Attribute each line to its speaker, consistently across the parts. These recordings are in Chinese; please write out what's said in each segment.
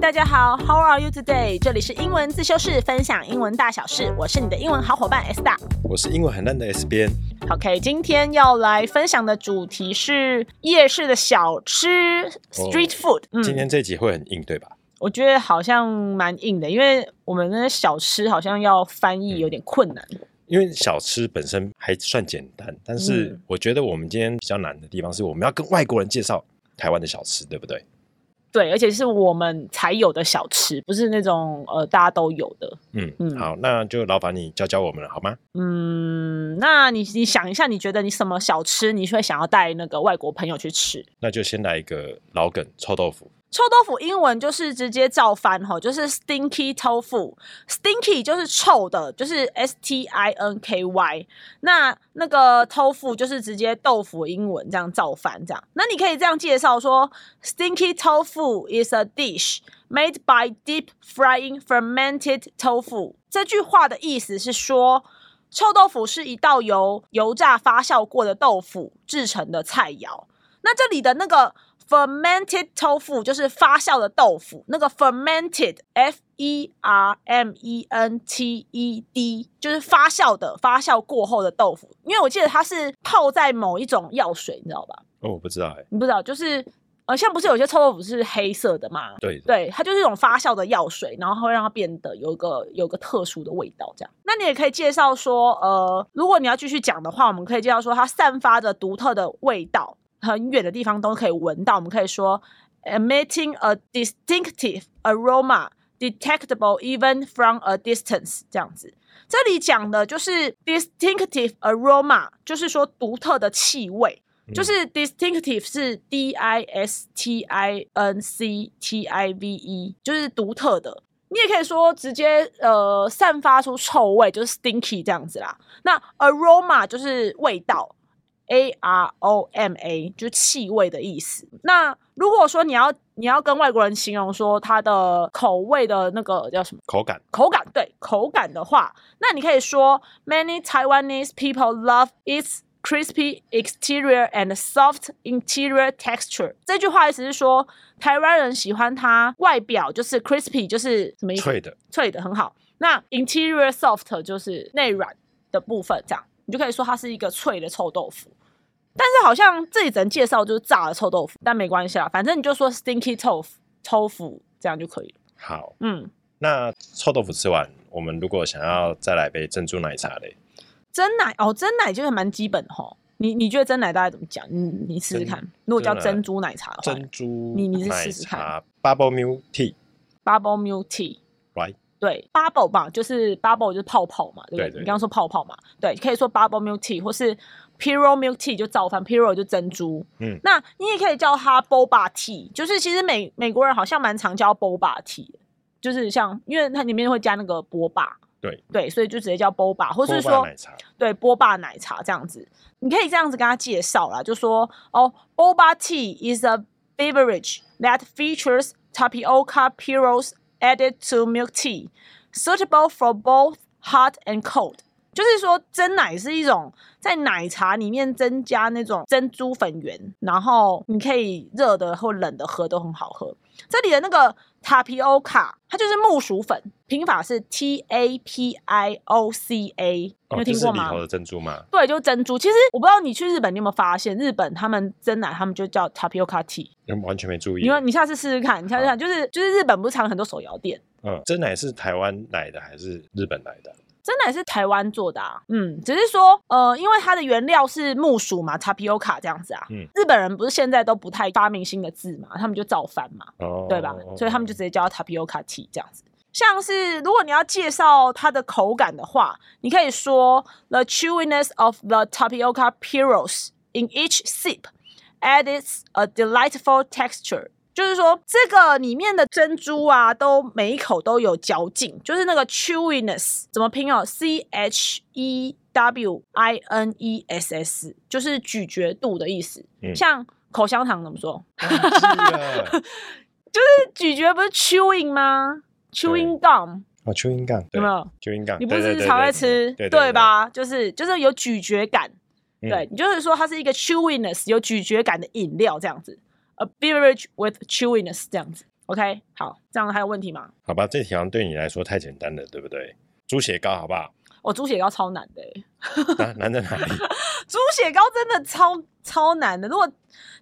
Speaker 1: 大家好，How are you today？这里是英文自修室，分享英文大小事，我是你的英文好伙伴 S 大。
Speaker 2: 我是英文很烂
Speaker 1: 嗯
Speaker 2: 的 S 边，
Speaker 1: OK，今天要来分享的主题是夜市的小吃 （street food）。
Speaker 2: 哦今
Speaker 1: 嗯，
Speaker 2: 天这集会很硬，对吧？
Speaker 1: 我觉得好像蛮硬的，因为我们那小吃好像要翻译有点困难。
Speaker 2: 因为小吃本身还算简单，但是
Speaker 1: 嗯
Speaker 2: 我觉得我们今天比较难的地方是我们要跟外国人介绍台湾的小吃，对不对？
Speaker 1: 对，而且是我们才有的小吃，不是那种呃大家都有的。
Speaker 2: 嗯，
Speaker 1: 嗯
Speaker 2: 好，那就劳烦你教教我们了，好吗？
Speaker 1: 嗯，那你你想一下，你觉得你什么小吃你会想要带那个外国朋友去吃？
Speaker 2: 那就先来一个老梗臭豆腐，
Speaker 1: 臭豆腐英文就是直接照翻吼，就是 stinky tofu。stinky 就是臭的，就是 s t i n k y。那那个 tofu 就是直接豆腐英文这样照翻这样。那你可以这样介绍说，stinky tofu is a dish made by deep frying fermented tofu。这句话的意思是说。臭豆腐是一道由油炸发酵过的豆腐制成的菜肴，那这里的那个 fermented tofu 就是发酵的豆腐，那个 fermented f e r m e n t e d 就是发酵的，发酵过后的豆腐。因为我记得它是泡在某一种药水，你知道吧？
Speaker 2: 哦，我不知道哎、
Speaker 1: 你不知道，就是呃，像不是有些臭豆腐是黑色的嘛？
Speaker 2: 对，
Speaker 1: 对，它就是一种发酵的药水，然后会让它变得有一个有一个特殊的味道，这样。那你也可以介绍说，呃，如果你要继续讲的话，我们可以介绍说它散发着独特的味道，很远的地方都可以闻到。我们可以说，emitting a distinctive aroma detectable even from a distance，这样子。这里讲的就是 distinctive aroma，就是说独特的气味。
Speaker 2: 嗯
Speaker 1: 就是 distinctive 是 d i s t i n c t i v e，就是独特的。你也可以说直接呃散发出臭味，就是 stinky 这样子啦。那 aroma 就是味道，a r o m a 就是气味的意思。那如果说你要你要跟外国人形容说它的口味的那个叫什么？
Speaker 2: 口感
Speaker 1: 口感，对口感的话，那你可以说 Many Taiwanese people love its crispy exterior and soft interior texture。这句话意思是说，台湾人喜欢它外表就是 crispy，就是什么意思？
Speaker 2: 脆的，
Speaker 1: 脆的很好。那 interior soft 就是内软的部分，这样你就可以说它是一个脆的臭豆腐。但是好像这里只能介绍就是炸的臭豆腐，但没关系啦，反正你就说 stinky tofu 豆腐这样就可以了。
Speaker 2: 好。
Speaker 1: 嗯。
Speaker 2: 那臭豆腐吃完，我们如果想要再来杯珍珠奶茶嘞，
Speaker 1: 真奶哦，真奶就是蛮基本的吼。你你觉得真奶大概怎么讲？你你试试看
Speaker 2: 真。
Speaker 1: 如果叫
Speaker 2: 真奶
Speaker 1: 珍珠奶茶的话
Speaker 2: 珍珠
Speaker 1: 你你
Speaker 2: 奶
Speaker 1: 试试
Speaker 2: 茶
Speaker 1: 看
Speaker 2: bubble milk tea，right？
Speaker 1: ，bubble milk tea，对，bubble 吧，就是 bubble 就是泡泡嘛，对不对？
Speaker 2: 对对
Speaker 1: 你刚刚说泡泡嘛，对，可以说 bubble milk tea 或是 piro milk tea 就造反，piro 就珍珠。
Speaker 2: 嗯
Speaker 1: 那你也可以叫它 boba tea，就是其实美美国人好像蛮常叫 boba tea，就是像因为它里面会加那个波霸，
Speaker 2: 对
Speaker 1: 对，所以就直接叫 boba，或是
Speaker 2: 波
Speaker 1: 说
Speaker 2: 霸奶茶，
Speaker 1: 对波霸奶茶这样子，你可以这样子跟他介绍啦，就说哦，boba tea is a beverage that features tapioca pearls added to milk tea, suitable for both hot and cold。就是说，真奶是一种在奶茶里面增加那种珍珠粉圆，然后你可以热的或冷的喝都很好喝。这里的那个 tapioca，它就是木薯粉，拼法是 T A P I O C A，、你有
Speaker 2: 哦就
Speaker 1: 听
Speaker 2: 是
Speaker 1: 过
Speaker 2: 里
Speaker 1: 吗？
Speaker 2: 头的珍珠嘛，
Speaker 1: 对，就是珍珠。其实我不知道你去日本，你有没有发现，日本他们真奶他们就叫 tapioca tea。
Speaker 2: 完全没注意。
Speaker 1: 你说你下次试试看，你下次看，就是就是日本不是常有很多手摇店，
Speaker 2: 嗯，真奶是台湾来的还是日本来的？啊
Speaker 1: 真奶是台湾做的啊。嗯，只是说呃，因为它的原料是木薯嘛，tapioca 这样子啊。
Speaker 2: 嗯
Speaker 1: 日本人不是现在都不太发明新的字嘛，他们就造反嘛。
Speaker 2: 哦，
Speaker 1: 对吧？所以他们就直接叫它 tapioca tea 这样子。像是如果你要介绍它的口感的话，你可以说 the chewiness of the tapioca pearls in each sip adds a delightful texture。就是说，这个里面的珍珠啊，都每一口都有嚼劲，就是那个 chewiness 怎么拼哦？C H E W I N E S S，就是咀嚼度的意思。
Speaker 2: 嗯
Speaker 1: 像口香糖怎么说？
Speaker 2: 忘记 了
Speaker 1: 咀嚼不是 chewing 吗？chewing gum
Speaker 2: 哦，蚯蚓杠
Speaker 1: 有没？有？
Speaker 2: 对蚯蚓杠，
Speaker 1: 你不
Speaker 2: 对嗯
Speaker 1: 是常在吃对？吧？就是就是有咀嚼感，
Speaker 2: 对对对对
Speaker 1: 对，你就是说它是一个 chewiness 有咀嚼感的饮料这样子，a beverage with chewiness 这样子。 OK，好，这样还有问题吗？
Speaker 2: 好吧，这题好像对你来说太简单了，对不对？猪血糕，好不 好？
Speaker 1: 我哦猪血糕超难的、欸，
Speaker 2: 难难在哪里？
Speaker 1: 猪血糕真的超超难的。如果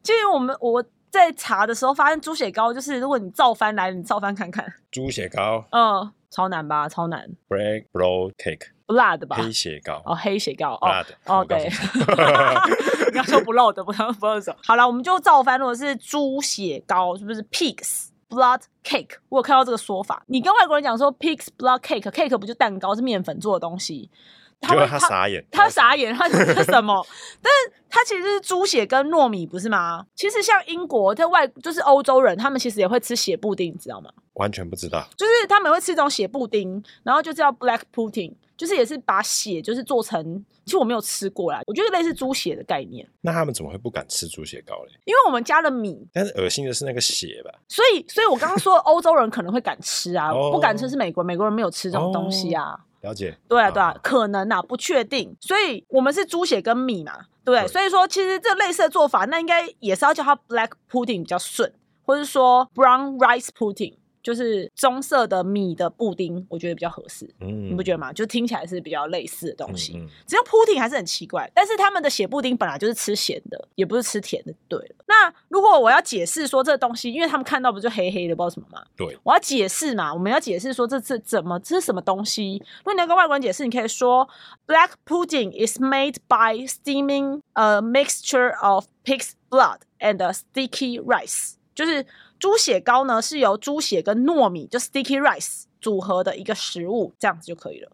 Speaker 1: 其实我们我在查的时候发现，猪血糕就是如果你照翻来，你照翻看看，
Speaker 2: 猪血糕
Speaker 1: 嗯，超难吧，超难，
Speaker 2: ，bread roll cake，
Speaker 1: 不辣的吧？
Speaker 2: 黑血糕，
Speaker 1: 哦，黑血糕哦
Speaker 2: 辣的。
Speaker 1: 哦，
Speaker 2: 我告诉
Speaker 1: 对
Speaker 2: 你，
Speaker 1: 你刚说不漏的，不漏不漏手。好了，我们就照翻。如果是猪血糕，是不是 pigs blood cake？我有看到这个说法。你跟外国人讲说 pigs blood cake，cake 不就蛋糕是面粉做的东西？他
Speaker 2: 结
Speaker 1: 会
Speaker 2: 果他傻眼，
Speaker 1: 他傻眼，他这是什么？ 但是它其实是猪血跟糯米，不是吗？其实像英国在外就是欧洲人，他们其实也会吃血布丁，你知道吗？
Speaker 2: 完全不知道。
Speaker 1: 就是他们会吃这种血布丁，然后就叫 black pudding，就是也是把血就是做成，其实我没有吃过啦，我觉得类似猪血的概念，
Speaker 2: 那他们怎么会不敢吃猪血糕嘞？
Speaker 1: 因为我们加了米，
Speaker 2: 但是恶心的是那个血吧？
Speaker 1: 所以所以我刚刚说欧洲人可能会敢吃啊，
Speaker 2: 哦
Speaker 1: 不敢吃是美国，美国人没有吃这种东西啊。
Speaker 2: 了解？
Speaker 1: 对啊，对啊
Speaker 2: 好，
Speaker 1: 可能啊，不确定，所以我们是猪血跟米嘛，对不对？
Speaker 2: 对
Speaker 1: 所以说，其实这类似的做法，那应该也是要叫它 black pudding 比较顺，或是说 brown rice pudding，就是棕色的米的布丁，我觉得比较合适。
Speaker 2: 嗯
Speaker 1: 你不觉得吗？就听起来是比较类似的东西。
Speaker 2: 嗯嗯
Speaker 1: 只有 pudding 还是很奇怪，但是他们的血布丁本来就是吃咸的，也不是吃甜的，对了。那如果我要解释说这东西，因为他们看到不就黑黑的，不知道什么嘛，
Speaker 2: 对，
Speaker 1: 我要解释嘛，我们要解释说这是怎么这是什么东西。如果你要跟外国人解释，你可以说 black pudding is made by steaming a mixture of pig's blood and sticky rice，就是猪血糕呢是由猪血跟糯米就 sticky rice 组合的一个食物，这样子就可以了。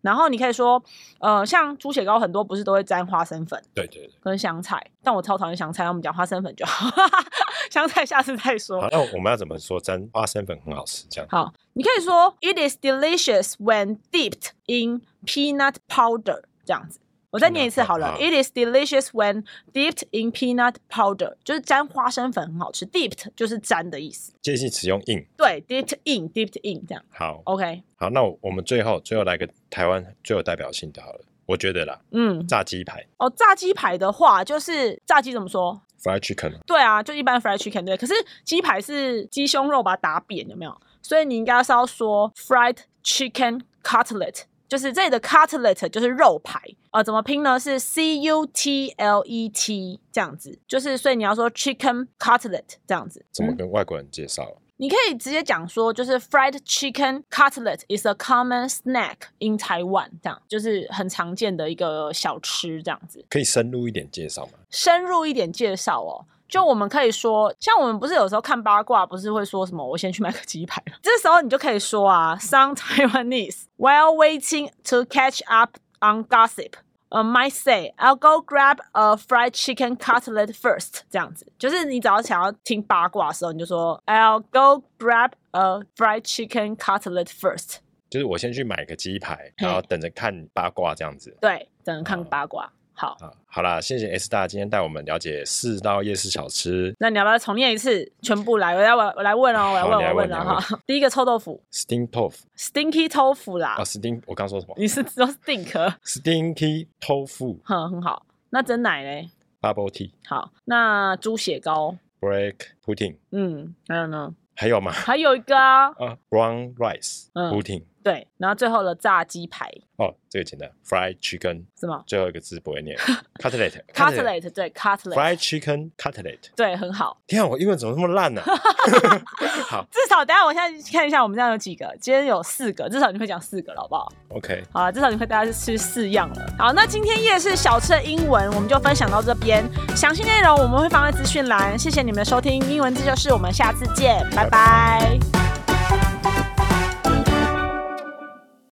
Speaker 1: 然后你可以说，呃，像猪血糕很多不是都会沾花生粉，
Speaker 2: 对对对。
Speaker 1: 跟香菜，但我超讨厌香菜，那我们讲花生粉就好， 香菜下次再说
Speaker 2: 好。，那我们要怎么说沾花生粉很好吃？这样
Speaker 1: 好，你可以说 It is delicious when dipped in peanut powder 这样子。我再念一次
Speaker 2: Peanut
Speaker 1: 好了
Speaker 2: powder
Speaker 1: ，It is delicious when dipped in peanut powder，就是沾花生粉很好吃。Dipped 就是沾的意思，
Speaker 2: 建议使用硬。
Speaker 1: 对，dipped in，dipped in 这样。
Speaker 2: 好
Speaker 1: OK，
Speaker 2: 好，那我们最后最后来个台湾最有代表性的好了，我觉得啦，
Speaker 1: 嗯，
Speaker 2: 炸鸡排
Speaker 1: 哦，炸鸡排的话就是炸鸡怎么说？
Speaker 2: （fried chicken） 啊
Speaker 1: 对啊，就一般 fried chicken 对，可是鸡排是鸡胸肉把它打扁，有没有？所以你应该是要说 fried chicken cutlet，就是这里的 cutlet 就是肉排，呃，怎么拼呢？是 c u t l e t 这样子，就是所以你要说 chicken cutlet 这样子。
Speaker 2: 怎么
Speaker 1: 嗯
Speaker 2: 跟外国人介绍？
Speaker 1: 你可以直接讲说，就是 fried chicken cutlet is a common snack in Taiwan，这样就是很常见的一个小吃这样子。
Speaker 2: 可以深入一点介绍吗？
Speaker 1: 深入一点介绍哦。就我们可以说，像我们不是有时候看八卦，不是会说什么“我先去买个鸡排”了？这时候你就可以说啊，“Some Taiwanese, while waiting to catch up on gossip, uh, might say I'll go grab a fried chicken cutlet first。”这样子，就是你只要想要听八卦的时候，你就说 “I'll go grab a fried chicken cutlet first。
Speaker 2: 就是我先去买个鸡排，然后等着看八卦这样子”。
Speaker 1: 对，等着看
Speaker 2: 哦
Speaker 1: 八卦。好，
Speaker 2: 啊，好啦，谢谢 S 大今天带我们了解四道夜市小吃
Speaker 1: 那你要不要重念一次？全部来，我来我我来问哦，我来问，
Speaker 2: 好你
Speaker 1: 我
Speaker 2: 来
Speaker 1: 问
Speaker 2: 问
Speaker 1: 了
Speaker 2: 你来
Speaker 1: 哈。 第一个臭豆腐。
Speaker 2: （steam tofu）。
Speaker 1: stinky 豆腐啦，
Speaker 2: 啊，steam，我刚说什么
Speaker 1: 你是说 stink，
Speaker 2: ？stinky tofu
Speaker 1: 哼，很好。那真奶嘞，
Speaker 2: bubble tea
Speaker 1: 好。那猪血糕，
Speaker 2: break pudding，
Speaker 1: 嗯，还有呢，
Speaker 2: 还有吗？
Speaker 1: 还有一个啊，
Speaker 2: 啊，brown rice
Speaker 1: 嗯
Speaker 2: pudding。
Speaker 1: 对，然后最后的炸鸡排
Speaker 2: 哦，这个简单，fried chicken。
Speaker 1: 是吗
Speaker 2: 最后一个字不会念，cutlet。
Speaker 1: ？cutlet 对
Speaker 2: Fried
Speaker 1: cutlet，
Speaker 2: chicken cutlet。
Speaker 1: 对，很好。
Speaker 2: 天啊，我英文怎么那么烂呢？ 好
Speaker 1: 至少等一下我现在看一下我们这样有几个，今天有四个，至少你会讲四个了，好不好？
Speaker 2: ，OK，
Speaker 1: 好了，至少你会带大家吃四样了。好，那今天夜市小吃的英文我们就分享到这边，详细内容我们会放在资讯栏。谢谢你们的收听，英文这就是我们下次见，拜拜